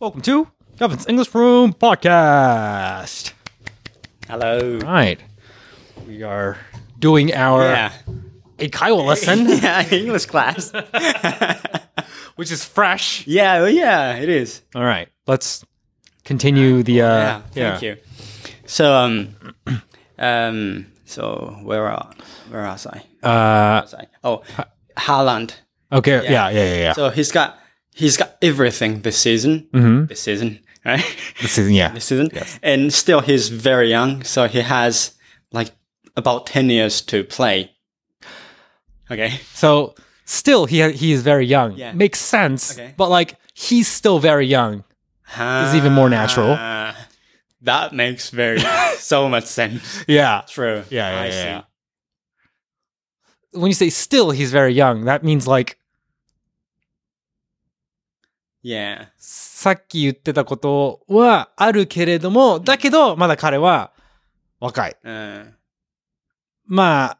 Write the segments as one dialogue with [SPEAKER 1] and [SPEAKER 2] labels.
[SPEAKER 1] Welcome to Evan's English Room Podcast.
[SPEAKER 2] Hello.
[SPEAKER 1] All right. We are doing our
[SPEAKER 2] Yeah.
[SPEAKER 1] Eikaiwa lesson,
[SPEAKER 2] yeah, English class.
[SPEAKER 1] which is fresh.
[SPEAKER 2] yeah, well, yeah, it is.
[SPEAKER 1] All right. Let's continue the. Uh,
[SPEAKER 2] Yeah, thank you. So um um so where are where was I?
[SPEAKER 1] you. Uh,
[SPEAKER 2] Was I? Oh, Haaland.
[SPEAKER 1] okay. Yeah. Yeah. Yeah. Yeah.
[SPEAKER 2] So he's got he's got everything this season. This season, right?
[SPEAKER 1] Mm-hmm. this season. Yeah.
[SPEAKER 2] this season. And still he's very young, so he has like about 10 years to play. Okay.
[SPEAKER 1] So still, he he is very young.
[SPEAKER 2] Yeah.
[SPEAKER 1] Makes sense.
[SPEAKER 2] Okay.
[SPEAKER 1] But like, he's still very young. It's even more natural.
[SPEAKER 2] Ah, that makes very so much sense.
[SPEAKER 1] Yeah.
[SPEAKER 2] True.
[SPEAKER 1] Yeah, yeah,
[SPEAKER 2] I
[SPEAKER 1] yeah,
[SPEAKER 2] see.
[SPEAKER 1] yeah. When you say still, he's very young. That means like.
[SPEAKER 2] Yeah.
[SPEAKER 1] さっき言ってたことはあるけれども、だけど、まだ彼は若い。
[SPEAKER 2] うん
[SPEAKER 1] ま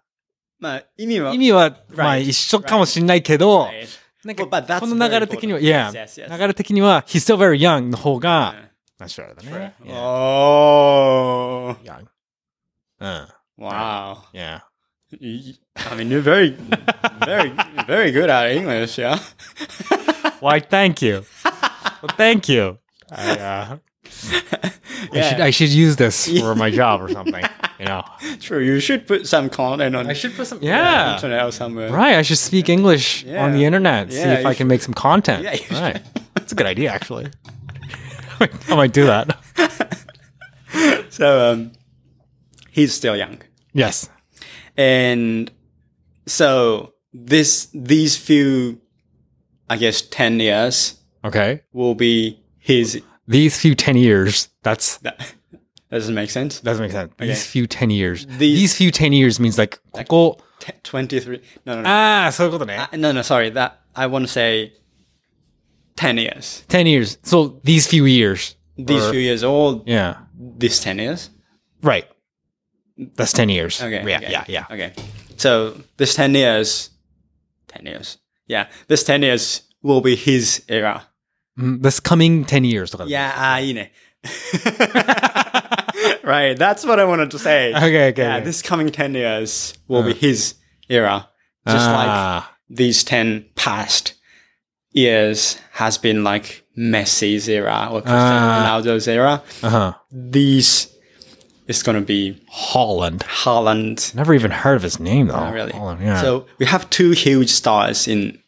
[SPEAKER 2] まあ意味は
[SPEAKER 1] あ、意味は、まあ
[SPEAKER 2] Right.
[SPEAKER 1] 一緒かもしんないけど、
[SPEAKER 2] Right.
[SPEAKER 1] なん
[SPEAKER 2] Well, but
[SPEAKER 1] か、
[SPEAKER 2] that's
[SPEAKER 1] この流れ的には、
[SPEAKER 2] very important.
[SPEAKER 1] y e a
[SPEAKER 2] Yes, yes.
[SPEAKER 1] 流れ的には、he's still very young の方が、ナチュラルだね。
[SPEAKER 2] うん
[SPEAKER 1] Yeah.
[SPEAKER 2] Oh,
[SPEAKER 1] Young. うん。
[SPEAKER 2] wow.
[SPEAKER 1] Mm. Yeah.
[SPEAKER 2] You- I mean, you're very, very, very good at English, yeah?
[SPEAKER 1] Why, thank you. Well, thank you. I, uh, I, should, I should use this for my job or something. You know.
[SPEAKER 2] True, you should put some content on
[SPEAKER 1] should put some.
[SPEAKER 2] the
[SPEAKER 1] Yeah.
[SPEAKER 2] internet or somewhere.
[SPEAKER 1] Right, I should speak English
[SPEAKER 2] Yeah.
[SPEAKER 1] on the internet. see
[SPEAKER 2] Yeah,
[SPEAKER 1] if
[SPEAKER 2] you
[SPEAKER 1] I can make some content.
[SPEAKER 2] Yeah, you
[SPEAKER 1] right, that's a good idea actually. I might do that.
[SPEAKER 2] So um, he's still young.
[SPEAKER 1] Yes.
[SPEAKER 2] And so this these few, I guess, 10 years
[SPEAKER 1] Okay.
[SPEAKER 2] will be his.
[SPEAKER 1] These few ten years. That's
[SPEAKER 2] That doesn't make sense.
[SPEAKER 1] doesn't make sense. These few ten years. These,
[SPEAKER 2] These-
[SPEAKER 1] few ten years means like ここ
[SPEAKER 2] T- 23. No, no, no.
[SPEAKER 1] ああそういうことね。
[SPEAKER 2] Uh, no, no, sorry. That I want to say 10 years.
[SPEAKER 1] ten years. So these few years.
[SPEAKER 2] These
[SPEAKER 1] Or-
[SPEAKER 2] few years, all
[SPEAKER 1] Yeah.
[SPEAKER 2] these 10 years.
[SPEAKER 1] Right. That's ten years.
[SPEAKER 2] Okay.
[SPEAKER 1] Yeah.
[SPEAKER 2] okay,
[SPEAKER 1] Yeah. Yeah.
[SPEAKER 2] Okay. So this 10 years, 10 years. Yeah. This 10 years will be his era.
[SPEAKER 1] Mm, This coming ten years. とかだね
[SPEAKER 2] Yeah. Ah, you know. right. That's what I wanted to say.
[SPEAKER 1] Okay. Okay.
[SPEAKER 2] Yeah.
[SPEAKER 1] okay.
[SPEAKER 2] This coming 10 years will be his era. Just like
[SPEAKER 1] Ah,
[SPEAKER 2] these 10 past years has been like Messi's era or
[SPEAKER 1] Ah.
[SPEAKER 2] Cristiano Ronaldo's era.
[SPEAKER 1] uh-huh.
[SPEAKER 2] these is going to be
[SPEAKER 1] Holland.
[SPEAKER 2] Haaland.
[SPEAKER 1] Never even heard of his name though.
[SPEAKER 2] uh, really.
[SPEAKER 1] Holland, yeah.
[SPEAKER 2] So we have two huge stars in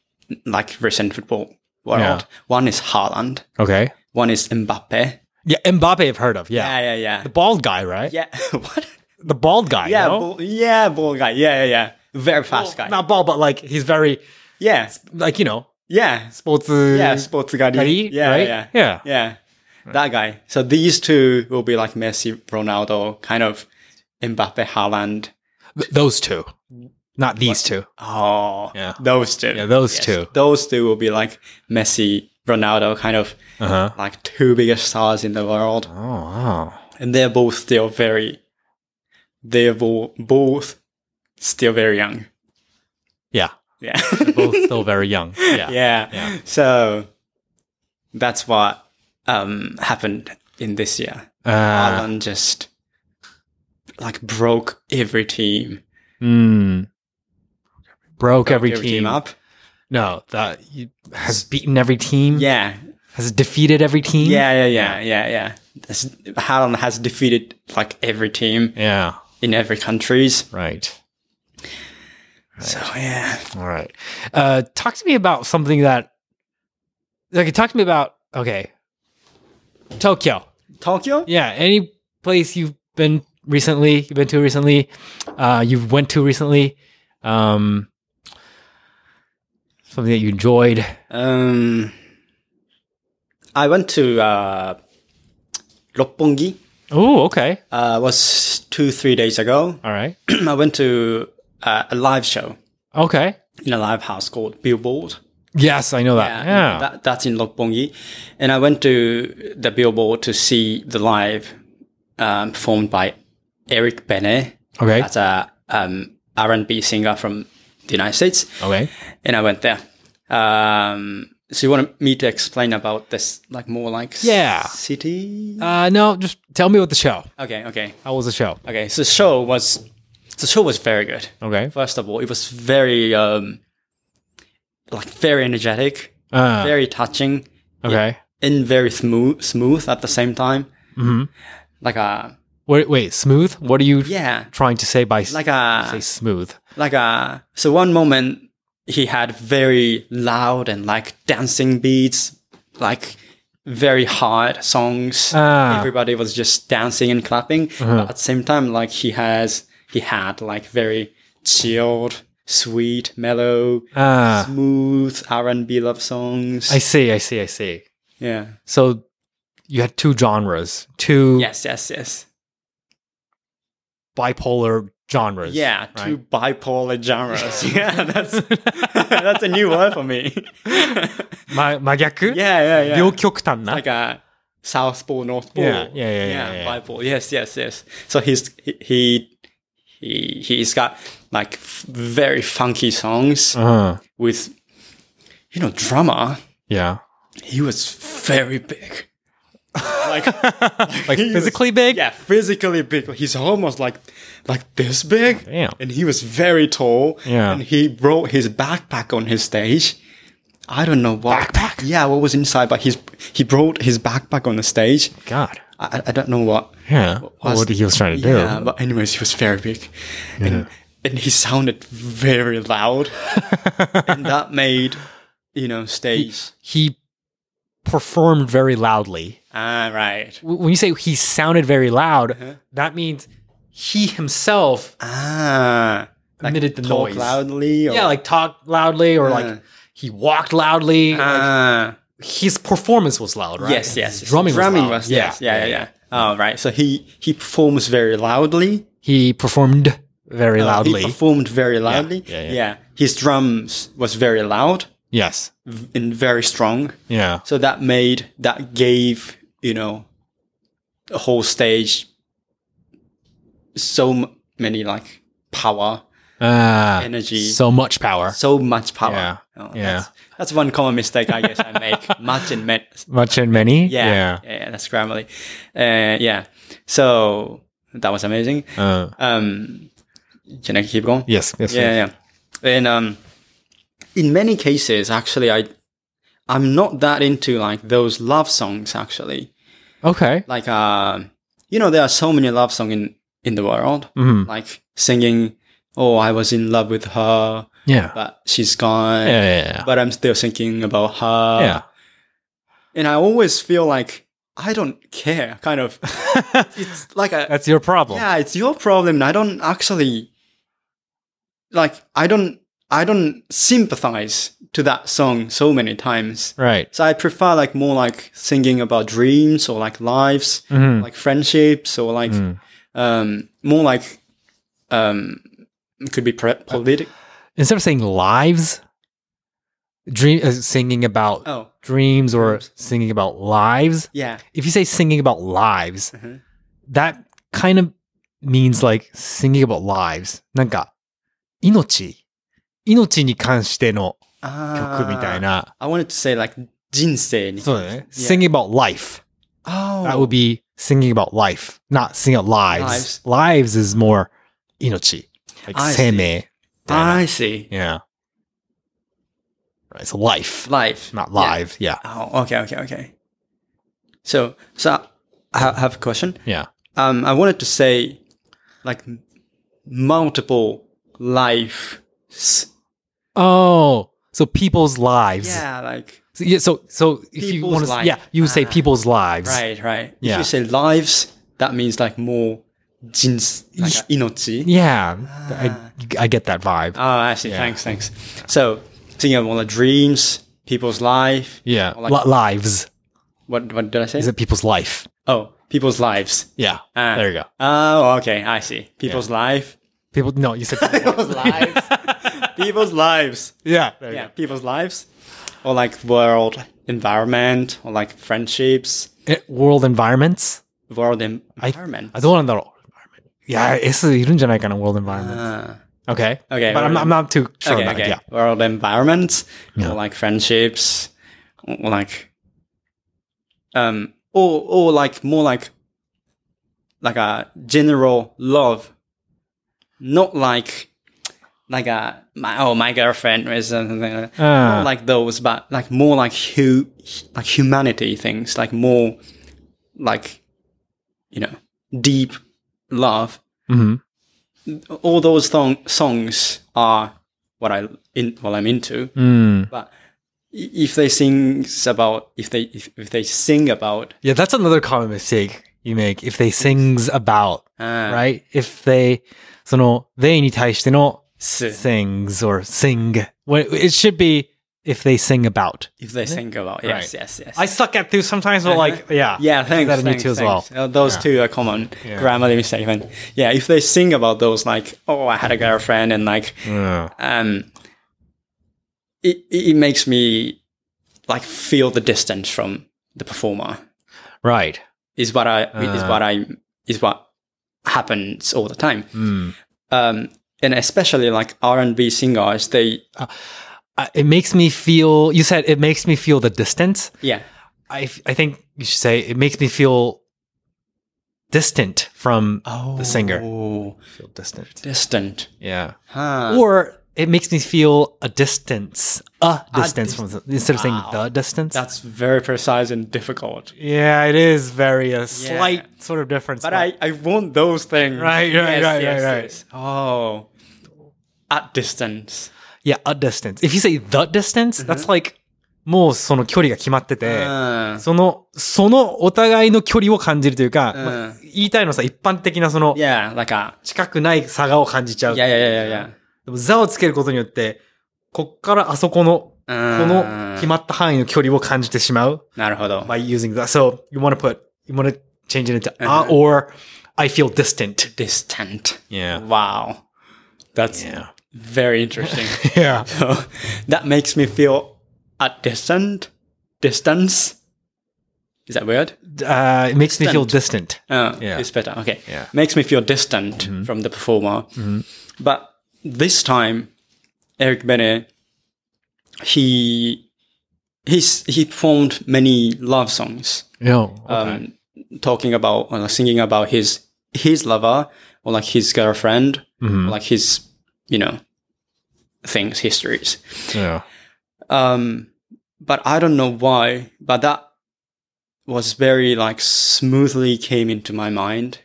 [SPEAKER 2] like recent football world.
[SPEAKER 1] Yeah.
[SPEAKER 2] One is Haaland.
[SPEAKER 1] okay.
[SPEAKER 2] One is Mbappe.
[SPEAKER 1] Yeah, Mbappe I've heard of. Yeah.
[SPEAKER 2] Yeah, yeah, yeah.
[SPEAKER 1] The bald guy, right?
[SPEAKER 2] Yeah. what?
[SPEAKER 1] The bald guy.
[SPEAKER 2] Yeah,
[SPEAKER 1] no? Oh,
[SPEAKER 2] ball, yeah, ball guy. Yeah, yeah, yeah. Very fast guy.
[SPEAKER 1] Not bald, but like he's very
[SPEAKER 2] Yeah,
[SPEAKER 1] like, you know,
[SPEAKER 2] yeah,
[SPEAKER 1] sports uh,
[SPEAKER 2] yeah. Sports guy. Yeah,
[SPEAKER 1] right?
[SPEAKER 2] yeah,
[SPEAKER 1] Yeah.
[SPEAKER 2] yeah. That guy. So these two will be like Messi, Ronaldo, kind of Mbappe, Haaland.
[SPEAKER 1] Th- those two. Not these two.
[SPEAKER 2] Oh,
[SPEAKER 1] Yeah.
[SPEAKER 2] those two.
[SPEAKER 1] Yeah, those two.
[SPEAKER 2] Those two will be like Messi, Ronaldo, kind of
[SPEAKER 1] Uh-huh.
[SPEAKER 2] like two biggest stars in the world,
[SPEAKER 1] Oh wow.
[SPEAKER 2] and they're both still very. They're bo- both still very young.
[SPEAKER 1] Yeah.
[SPEAKER 2] Yeah,
[SPEAKER 1] Both still very young. Yeah.
[SPEAKER 2] yeah.
[SPEAKER 1] Yeah.
[SPEAKER 2] So that's what um, happened in this year.
[SPEAKER 1] Uh,
[SPEAKER 2] Alan just like broke every team,
[SPEAKER 1] mm. Broke, every,
[SPEAKER 2] Broke
[SPEAKER 1] team.
[SPEAKER 2] up.
[SPEAKER 1] No, that you, has beaten every team.
[SPEAKER 2] Yeah,
[SPEAKER 1] Has defeated every team.
[SPEAKER 2] Yeah, yeah, yeah, yeah, yeah. This, Haaland has defeated like every team
[SPEAKER 1] Yeah.
[SPEAKER 2] in every countries.
[SPEAKER 1] Right.
[SPEAKER 2] So yeah,
[SPEAKER 1] All right. Uh, talk to me about something that, like, talk to me about, okay, Tokyo.
[SPEAKER 2] Tokyo.
[SPEAKER 1] Yeah. Any place you've been recently, you've been to recently, uh, you went to recently, um, something that you enjoyed.
[SPEAKER 2] Um, I went to uh, Roppongi.
[SPEAKER 1] Oh, okay.
[SPEAKER 2] Uh, was two three days ago.
[SPEAKER 1] All right.
[SPEAKER 2] I went to uh, a live show
[SPEAKER 1] Okay.
[SPEAKER 2] in a live house called Billboard.
[SPEAKER 1] Yes, I know that. Yeah.
[SPEAKER 2] That, that's in Roppongi, and I went to the Billboard to see the live um, performed by Eric Bene.
[SPEAKER 1] okay.
[SPEAKER 2] That's a um, R&B singer from the United States,
[SPEAKER 1] okay.
[SPEAKER 2] and I went there. Um, So you want me to explain about this, like more like s-
[SPEAKER 1] Yeah.
[SPEAKER 2] city?
[SPEAKER 1] Uh, no, just tell me about the show.
[SPEAKER 2] okay, okay,
[SPEAKER 1] How was the show?
[SPEAKER 2] okay. So the show was the show was very good.
[SPEAKER 1] Okay.
[SPEAKER 2] First of all, it was very um, like very energetic,
[SPEAKER 1] Uh,
[SPEAKER 2] very touching,
[SPEAKER 1] okay.
[SPEAKER 2] and very smooth, smooth at the same time.
[SPEAKER 1] Mhm.
[SPEAKER 2] Like a
[SPEAKER 1] Wait, wait, smooth? What are you
[SPEAKER 2] yeah,
[SPEAKER 1] trying to say by s-
[SPEAKER 2] like a uh,
[SPEAKER 1] say smooth?
[SPEAKER 2] like a so one moment he had very loud and like dancing beats like very hard songs
[SPEAKER 1] Ah. Uh-huh.
[SPEAKER 2] everybody was just dancing and clapping but at the same time like he has he had like very chilled sweet mellow
[SPEAKER 1] Ah,
[SPEAKER 2] smooth r&b love songs
[SPEAKER 1] I see, I see, I see.
[SPEAKER 2] yeah
[SPEAKER 1] So you had two genres, two
[SPEAKER 2] yes yes yes
[SPEAKER 1] bipolar genres.
[SPEAKER 2] yeah
[SPEAKER 1] right?
[SPEAKER 2] two bipolar genres yeah that's that's a new word for me yeah
[SPEAKER 1] ま、真逆
[SPEAKER 2] yeah yeah
[SPEAKER 1] 両極端な。
[SPEAKER 2] like a South Pole, North Pole.
[SPEAKER 1] Yeah, yeah, yeah, yeah, yeah.
[SPEAKER 2] Bipole. Yes, yes, yes. So he's he he- he he's got like f- very funky songs
[SPEAKER 1] うん。
[SPEAKER 2] with you know
[SPEAKER 1] Uh-huh.
[SPEAKER 2] drummer.
[SPEAKER 1] Yeah.
[SPEAKER 2] He was very big. Like
[SPEAKER 1] Like
[SPEAKER 2] he was-
[SPEAKER 1] physically big?
[SPEAKER 2] yeah, physically big. He's almost like like this big.
[SPEAKER 1] Damn.
[SPEAKER 2] And he was very tall.
[SPEAKER 1] Yeah.
[SPEAKER 2] And he brought his backpack on his stage. I don't know what
[SPEAKER 1] Backpack?
[SPEAKER 2] Yeah, what was inside, but he's he brought his backpack on the stage.
[SPEAKER 1] God.
[SPEAKER 2] I, I- I don't know what.
[SPEAKER 1] Yeah. What he was trying to do.
[SPEAKER 2] Yeah, but anyways, he was very big, and and he sounded very loud, and that made you know stage.
[SPEAKER 1] He performed very loudly.
[SPEAKER 2] Ah, right.
[SPEAKER 1] W- When you say he sounded very loud,
[SPEAKER 2] Uh-huh.
[SPEAKER 1] that means he himself
[SPEAKER 2] Ah, like
[SPEAKER 1] emitted the
[SPEAKER 2] talk Uh-huh.
[SPEAKER 1] noise.
[SPEAKER 2] loudly. Or,
[SPEAKER 1] Yeah, like talked loudly or
[SPEAKER 2] Yeah.
[SPEAKER 1] like he walked loudly.
[SPEAKER 2] ah,
[SPEAKER 1] His performance was loud, right?
[SPEAKER 2] yes, yes,
[SPEAKER 1] His
[SPEAKER 2] yes.
[SPEAKER 1] drumming,
[SPEAKER 2] drumming
[SPEAKER 1] was, loud.
[SPEAKER 2] was yes, yeah, yeah, yeah. Oh, right. So he he performs very loudly.
[SPEAKER 1] He performed very
[SPEAKER 2] Uh, He
[SPEAKER 1] loudly.
[SPEAKER 2] performed very loudly.
[SPEAKER 1] yeah, yeah.
[SPEAKER 2] yeah. His drums was very loud
[SPEAKER 1] yes.
[SPEAKER 2] and very strong.
[SPEAKER 1] Yeah.
[SPEAKER 2] So that made that gave you know the whole stage so m- many like power,
[SPEAKER 1] Ah,
[SPEAKER 2] Energy.
[SPEAKER 1] So much power.
[SPEAKER 2] so much power.
[SPEAKER 1] Yeah,
[SPEAKER 2] Oh,
[SPEAKER 1] yeah.
[SPEAKER 2] That's, that's one common mistake I guess I make. Much and met.
[SPEAKER 1] Much and many.
[SPEAKER 2] Yeah, yeah, that's Grammarly. Uh, yeah, so that was amazing.
[SPEAKER 1] Yeah. Uh,
[SPEAKER 2] Um, can I keep going?
[SPEAKER 1] yes. Yes. yes.
[SPEAKER 2] yeah, yeah. And um, in many cases, actually, I I'm not that into like those love songs actually.
[SPEAKER 1] Okay.
[SPEAKER 2] like uh, you know there are so many love songs in in the world
[SPEAKER 1] Mhm.
[SPEAKER 2] like singing oh i was in love with her
[SPEAKER 1] Yeah.
[SPEAKER 2] but uh, she's gone
[SPEAKER 1] Yeah. Yeah. yeah.
[SPEAKER 2] but i'm still thinking about her
[SPEAKER 1] yeah.
[SPEAKER 2] and i always feel like i don't care kind of it's like a
[SPEAKER 1] That's your problem.
[SPEAKER 2] yeah it's your problem and i don't actually like i don't i don't sympathize to that song so many times
[SPEAKER 1] Right.
[SPEAKER 2] so i prefer like more like singing about dreams or like lives
[SPEAKER 1] Mhm.
[SPEAKER 2] like friendships or like
[SPEAKER 1] Mm.
[SPEAKER 2] um more like um it could be pre-
[SPEAKER 1] Uh,
[SPEAKER 2] politic
[SPEAKER 1] Instead of saying lives, dream uh, singing about
[SPEAKER 2] oh
[SPEAKER 1] dreams or singing about lives.
[SPEAKER 2] yeah
[SPEAKER 1] If you say singing about lives,
[SPEAKER 2] Mhm.
[SPEAKER 1] that kind of means like singing about lives. なんか命命に関しての曲みたい
[SPEAKER 2] ah,
[SPEAKER 1] な。
[SPEAKER 2] i wanted to say like jinsei に
[SPEAKER 1] そうだね。
[SPEAKER 2] Yeah.
[SPEAKER 1] Singing about life.
[SPEAKER 2] oh
[SPEAKER 1] That would be singing about life, not singing about lives. Lives, is more 命。Like
[SPEAKER 2] I see.
[SPEAKER 1] 生命みたいな。
[SPEAKER 2] i see
[SPEAKER 1] Yeah. Right. So life,
[SPEAKER 2] life
[SPEAKER 1] not live. Yeah.
[SPEAKER 2] Yeah. oh okay okay okay so so i ha- have a question
[SPEAKER 1] Yeah.
[SPEAKER 2] um i wanted to say like m- multiple life
[SPEAKER 1] Oh, so people's lives.
[SPEAKER 2] yeah like
[SPEAKER 1] So, yeah, so, so if you
[SPEAKER 2] People's
[SPEAKER 1] want to,
[SPEAKER 2] life.
[SPEAKER 1] yeah, you would say
[SPEAKER 2] Ah.
[SPEAKER 1] people's lives.
[SPEAKER 2] right right
[SPEAKER 1] Yeah.
[SPEAKER 2] if you say lives that means like more jins like
[SPEAKER 1] Ye-
[SPEAKER 2] inochi
[SPEAKER 1] Yeah. I, I get that vibe.
[SPEAKER 2] Oh, I see. Thanks, thanks. So, thinking of all the dreams, people's life.
[SPEAKER 1] yeah.
[SPEAKER 2] like-
[SPEAKER 1] Li- lives.
[SPEAKER 2] What what did I say?
[SPEAKER 1] Is it people's life?
[SPEAKER 2] oh, people's lives.
[SPEAKER 1] Yeah.
[SPEAKER 2] Ah.
[SPEAKER 1] there you go.
[SPEAKER 2] Oh, okay. I see. People's life.
[SPEAKER 1] People, no, you said people's life.
[SPEAKER 2] People's lives. people's lives.
[SPEAKER 1] Yeah. There you
[SPEAKER 2] Yeah, people's lives. Or like world environment, or like friendships,
[SPEAKER 1] go. Eh, world environments.
[SPEAKER 2] world en- environment.
[SPEAKER 1] I don't want that. Yeah, it's a in world environment.
[SPEAKER 2] Ah,
[SPEAKER 1] okay.
[SPEAKER 2] okay,
[SPEAKER 1] But I'm
[SPEAKER 2] world-
[SPEAKER 1] not, I'm not too sure
[SPEAKER 2] okay,
[SPEAKER 1] about
[SPEAKER 2] okay.
[SPEAKER 1] it. Yeah.
[SPEAKER 2] World environment,
[SPEAKER 1] Yeah.
[SPEAKER 2] or like friendships, or like um or or like more like like a general love not like like a my oh my girlfriend or something like, that.
[SPEAKER 1] Ah.
[SPEAKER 2] Not like those but like more like hu- like humanity things like more like you know deep love
[SPEAKER 1] hmm
[SPEAKER 2] all those thong- songs are what i in what i'm into
[SPEAKER 1] Mm.
[SPEAKER 2] but i- if they sing about if they if, if they sing about
[SPEAKER 1] Yeah, that's another common mistake you make. If they sings about,
[SPEAKER 2] uh,
[SPEAKER 1] right? If they, その they に対しての
[SPEAKER 2] s-
[SPEAKER 1] sings or sing. When it should be if they sing about.
[SPEAKER 2] if they sing about yes yes yes
[SPEAKER 1] I suck at these sometimes, but like, yeah,
[SPEAKER 2] Uh-huh. yeah thanks,
[SPEAKER 1] that in me
[SPEAKER 2] thanks,
[SPEAKER 1] too as well.
[SPEAKER 2] thanks. Uh, those two are common
[SPEAKER 1] Yeah.
[SPEAKER 2] grammarly mistake then yeah if they sing about those like oh i
[SPEAKER 1] Mm-hmm.
[SPEAKER 2] had a girlfriend and like
[SPEAKER 1] Mm.
[SPEAKER 2] um it, it it makes me like feel the distance from the performer
[SPEAKER 1] right.
[SPEAKER 2] is what i is
[SPEAKER 1] Uh.
[SPEAKER 2] what i is what happens all the time
[SPEAKER 1] Mm.
[SPEAKER 2] um, and especially like R&B singers, they
[SPEAKER 1] Uh, it makes me feel. You said it makes me feel the distance.
[SPEAKER 2] yeah
[SPEAKER 1] I f- I think you should say it makes me feel distant from
[SPEAKER 2] oh
[SPEAKER 1] the singer.
[SPEAKER 2] oh,
[SPEAKER 1] Feel distant.
[SPEAKER 2] distant
[SPEAKER 1] Yeah.
[SPEAKER 2] huh
[SPEAKER 1] Or it makes me feel a distance, a distance from the, instead of saying
[SPEAKER 2] Wow.
[SPEAKER 1] the distance.
[SPEAKER 2] that's very precise and difficult.
[SPEAKER 1] yeah, it is very a slight sort of difference.
[SPEAKER 2] But I I want those things
[SPEAKER 1] Right, right, right, right, right.
[SPEAKER 2] oh at distance
[SPEAKER 1] Yeah, a distance. If you say the distance, that's like もうその距離が決まってて、
[SPEAKER 2] Uh,
[SPEAKER 1] その、そのお互いの距離を感じるというか、まあ言いたいのはさ、一般的なその、
[SPEAKER 2] yeah like a
[SPEAKER 1] 近くない差がを感じちゃう。
[SPEAKER 2] yeah yeah yeah yeah,
[SPEAKER 1] でも、座をつけることによって、こっからあそこの、こ
[SPEAKER 2] yeah.
[SPEAKER 1] の
[SPEAKER 2] Uh,
[SPEAKER 1] 決まった範囲の距離を感じてしまう。
[SPEAKER 2] なるほど
[SPEAKER 1] by using that. So you want to put, you want to change it into ah or I feel distant.
[SPEAKER 2] distant
[SPEAKER 1] Yeah.
[SPEAKER 2] wow that's
[SPEAKER 1] Yeah.
[SPEAKER 2] very interesting
[SPEAKER 1] Yeah.
[SPEAKER 2] So that makes me feel a distant distance. Is that weird?
[SPEAKER 1] Uh, it makes me feel distant.
[SPEAKER 2] Uh,
[SPEAKER 1] Yeah.
[SPEAKER 2] It's better. Okay.
[SPEAKER 1] Yeah. Mm-hmm.
[SPEAKER 2] Makes me feel distant from the performer. But this time, Eric Bene, he he's, he performed many love songs,
[SPEAKER 1] Yeah. okay.
[SPEAKER 2] um, talking about or like singing about his his lover or like his girlfriend,
[SPEAKER 1] Mm-hmm.
[SPEAKER 2] or like his you know things, histories.
[SPEAKER 1] yeah.
[SPEAKER 2] Um, but I don't know why, but that was very like smoothly came into my mind.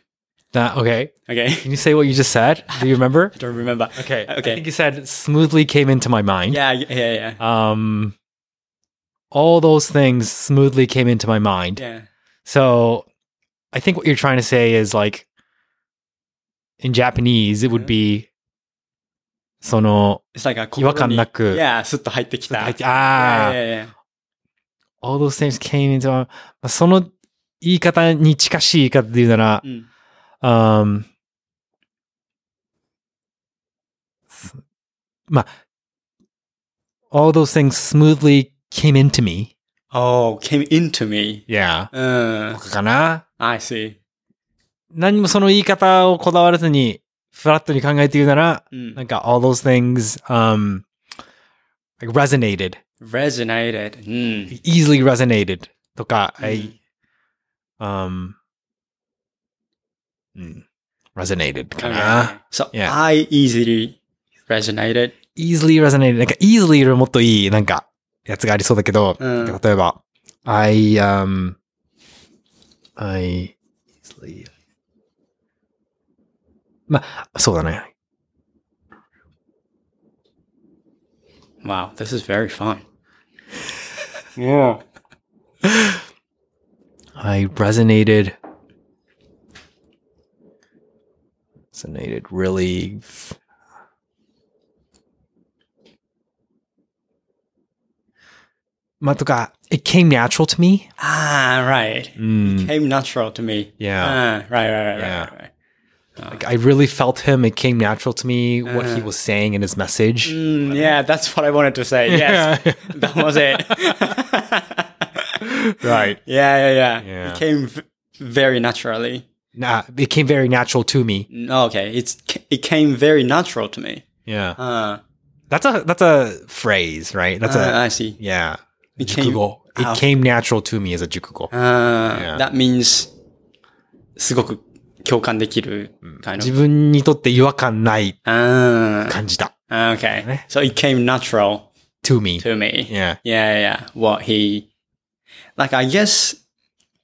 [SPEAKER 1] That, okay.
[SPEAKER 2] Okay.
[SPEAKER 1] Can you say what you just said? Do you remember?
[SPEAKER 2] I don't remember.
[SPEAKER 1] Okay. I
[SPEAKER 2] Okay.
[SPEAKER 1] think you said smoothly came into my mind.
[SPEAKER 2] Yeah. Yeah. Yeah.
[SPEAKER 1] Um, all those things smoothly came into my mind.
[SPEAKER 2] Yeah.
[SPEAKER 1] So I think what you're trying to say is like in Japanese, it would be その
[SPEAKER 2] It's like a
[SPEAKER 1] 違和感なく。
[SPEAKER 2] Yeah. すっと入ってきた。
[SPEAKER 1] ああ、
[SPEAKER 2] yeah, yeah, yeah.
[SPEAKER 1] all those things came into our, まあその言い方に近しい言い方で言うなら、
[SPEAKER 2] うん
[SPEAKER 1] um, すまあ、all those things smoothly came into me.
[SPEAKER 2] Oh, came into me.
[SPEAKER 1] Yeah.
[SPEAKER 2] うん。
[SPEAKER 1] かな
[SPEAKER 2] I see.
[SPEAKER 1] 何もその言い方をこだわらずに、フラットに考えて言うなら、
[SPEAKER 2] うん。
[SPEAKER 1] なんか all those things, um, like resonated,
[SPEAKER 2] Resonated. Hmm. うん。
[SPEAKER 1] easily resonated とか、
[SPEAKER 2] うん
[SPEAKER 1] I, um, うん resonated か
[SPEAKER 2] Okay.
[SPEAKER 1] な。
[SPEAKER 2] ah, So
[SPEAKER 1] Mm. Yeah.
[SPEAKER 2] I easily resonated.
[SPEAKER 1] easily resonated なんか easily よりもっといいなんかやつがありそうだけど、
[SPEAKER 2] うん
[SPEAKER 1] なんか例えば I um I easily まあそうだね
[SPEAKER 2] Wow, this is very fun. yeah.
[SPEAKER 1] I resonated resonated reallyまあとか it came natural to me
[SPEAKER 2] Ah, right.
[SPEAKER 1] うん、
[SPEAKER 2] came natural to me.
[SPEAKER 1] Mm, Yeah.
[SPEAKER 2] Ah, right, right, right,
[SPEAKER 1] Yeah.
[SPEAKER 2] right, right.
[SPEAKER 1] Like, I really felt him. It came natural to me what he was saying in his message.
[SPEAKER 2] Uh, Mm, yeah, that's what I wanted to say. Yes, that was it.
[SPEAKER 1] right.
[SPEAKER 2] yeah, yeah, yeah,
[SPEAKER 1] Yeah.
[SPEAKER 2] It came v- very naturally.
[SPEAKER 1] Nah, it came very natural to me.
[SPEAKER 2] Mm, Okay, it's it came very natural to me.
[SPEAKER 1] Yeah.
[SPEAKER 2] Ah,
[SPEAKER 1] That's a that's a phrase, right? That's
[SPEAKER 2] ah,
[SPEAKER 1] a
[SPEAKER 2] I see.
[SPEAKER 1] yeah.
[SPEAKER 2] It came
[SPEAKER 1] Google. it came natural to me as a 熟語。
[SPEAKER 2] Uh, That means すごく共感できる kind
[SPEAKER 1] 自
[SPEAKER 2] of.
[SPEAKER 1] 分にとって違和感ない
[SPEAKER 2] Ah,
[SPEAKER 1] 感じた。
[SPEAKER 2] okay. So it came natural
[SPEAKER 1] to me.
[SPEAKER 2] to me.
[SPEAKER 1] Yeah.
[SPEAKER 2] Yeah, yeah. What he, like, I guess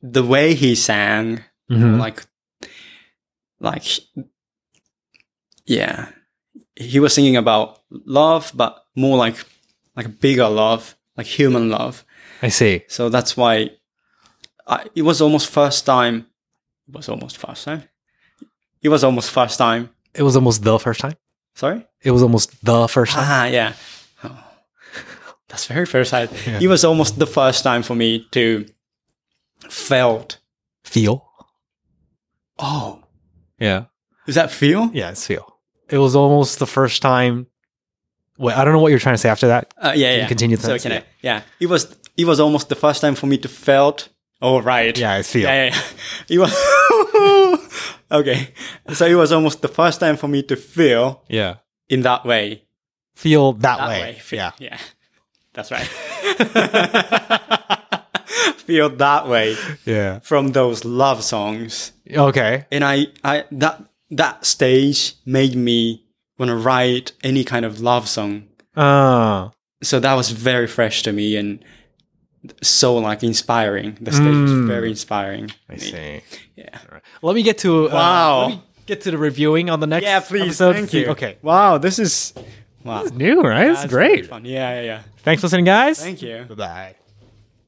[SPEAKER 2] the way he sang,
[SPEAKER 1] Mhm.
[SPEAKER 2] like, like, yeah, he was singing about love, but more like, like bigger love, like human love.
[SPEAKER 1] I see.
[SPEAKER 2] So that's why I, it was almost first time. It was almost first time. It was almost first time.
[SPEAKER 1] It was almost the first time.
[SPEAKER 2] Sorry.
[SPEAKER 1] It was almost the first time.
[SPEAKER 2] Ah, yeah. Oh, that's very first time.
[SPEAKER 1] Yeah.
[SPEAKER 2] It was almost the first time for me to felt.
[SPEAKER 1] Feel.
[SPEAKER 2] Oh,
[SPEAKER 1] Yeah.
[SPEAKER 2] is that feel?
[SPEAKER 1] Yeah, it's feel. It was almost the first time. Wait, I don't know what you're trying to say after that.
[SPEAKER 2] Uh, yeah,
[SPEAKER 1] you
[SPEAKER 2] yeah.
[SPEAKER 1] continue the
[SPEAKER 2] so
[SPEAKER 1] sentence?
[SPEAKER 2] can I? Yeah. It was. It was almost the first time for me to felt. Oh, right.
[SPEAKER 1] Yeah, it's feel.
[SPEAKER 2] Yeah, yeah, yeah. It was okay. So it was almost the first time for me to feel
[SPEAKER 1] Yeah.
[SPEAKER 2] in that way.
[SPEAKER 1] Feel that,
[SPEAKER 2] that
[SPEAKER 1] way.
[SPEAKER 2] way. Fe-
[SPEAKER 1] Yeah.
[SPEAKER 2] yeah, that's right. Feel that way
[SPEAKER 1] Yeah.
[SPEAKER 2] from those love songs,
[SPEAKER 1] Okay.
[SPEAKER 2] and I, I that that stage made me want to write any kind of love song.
[SPEAKER 1] Uh,
[SPEAKER 2] So that was very fresh to me and so like inspiring. The stage was very inspiring.
[SPEAKER 1] I see.
[SPEAKER 2] Yeah.
[SPEAKER 1] Alright. Let me get to uh,
[SPEAKER 2] Wow.
[SPEAKER 1] let me get to the reviewing on the next.
[SPEAKER 2] Yeah, please.
[SPEAKER 1] episode.
[SPEAKER 2] Thank
[SPEAKER 1] See-
[SPEAKER 2] you.
[SPEAKER 1] Okay.
[SPEAKER 2] Wow, this is wow.
[SPEAKER 1] New, right? It's
[SPEAKER 2] That's
[SPEAKER 1] great.
[SPEAKER 2] Fun. Yeah, yeah, yeah.
[SPEAKER 1] Thanks for listening, guys.
[SPEAKER 2] Thank you.
[SPEAKER 1] Bye bye.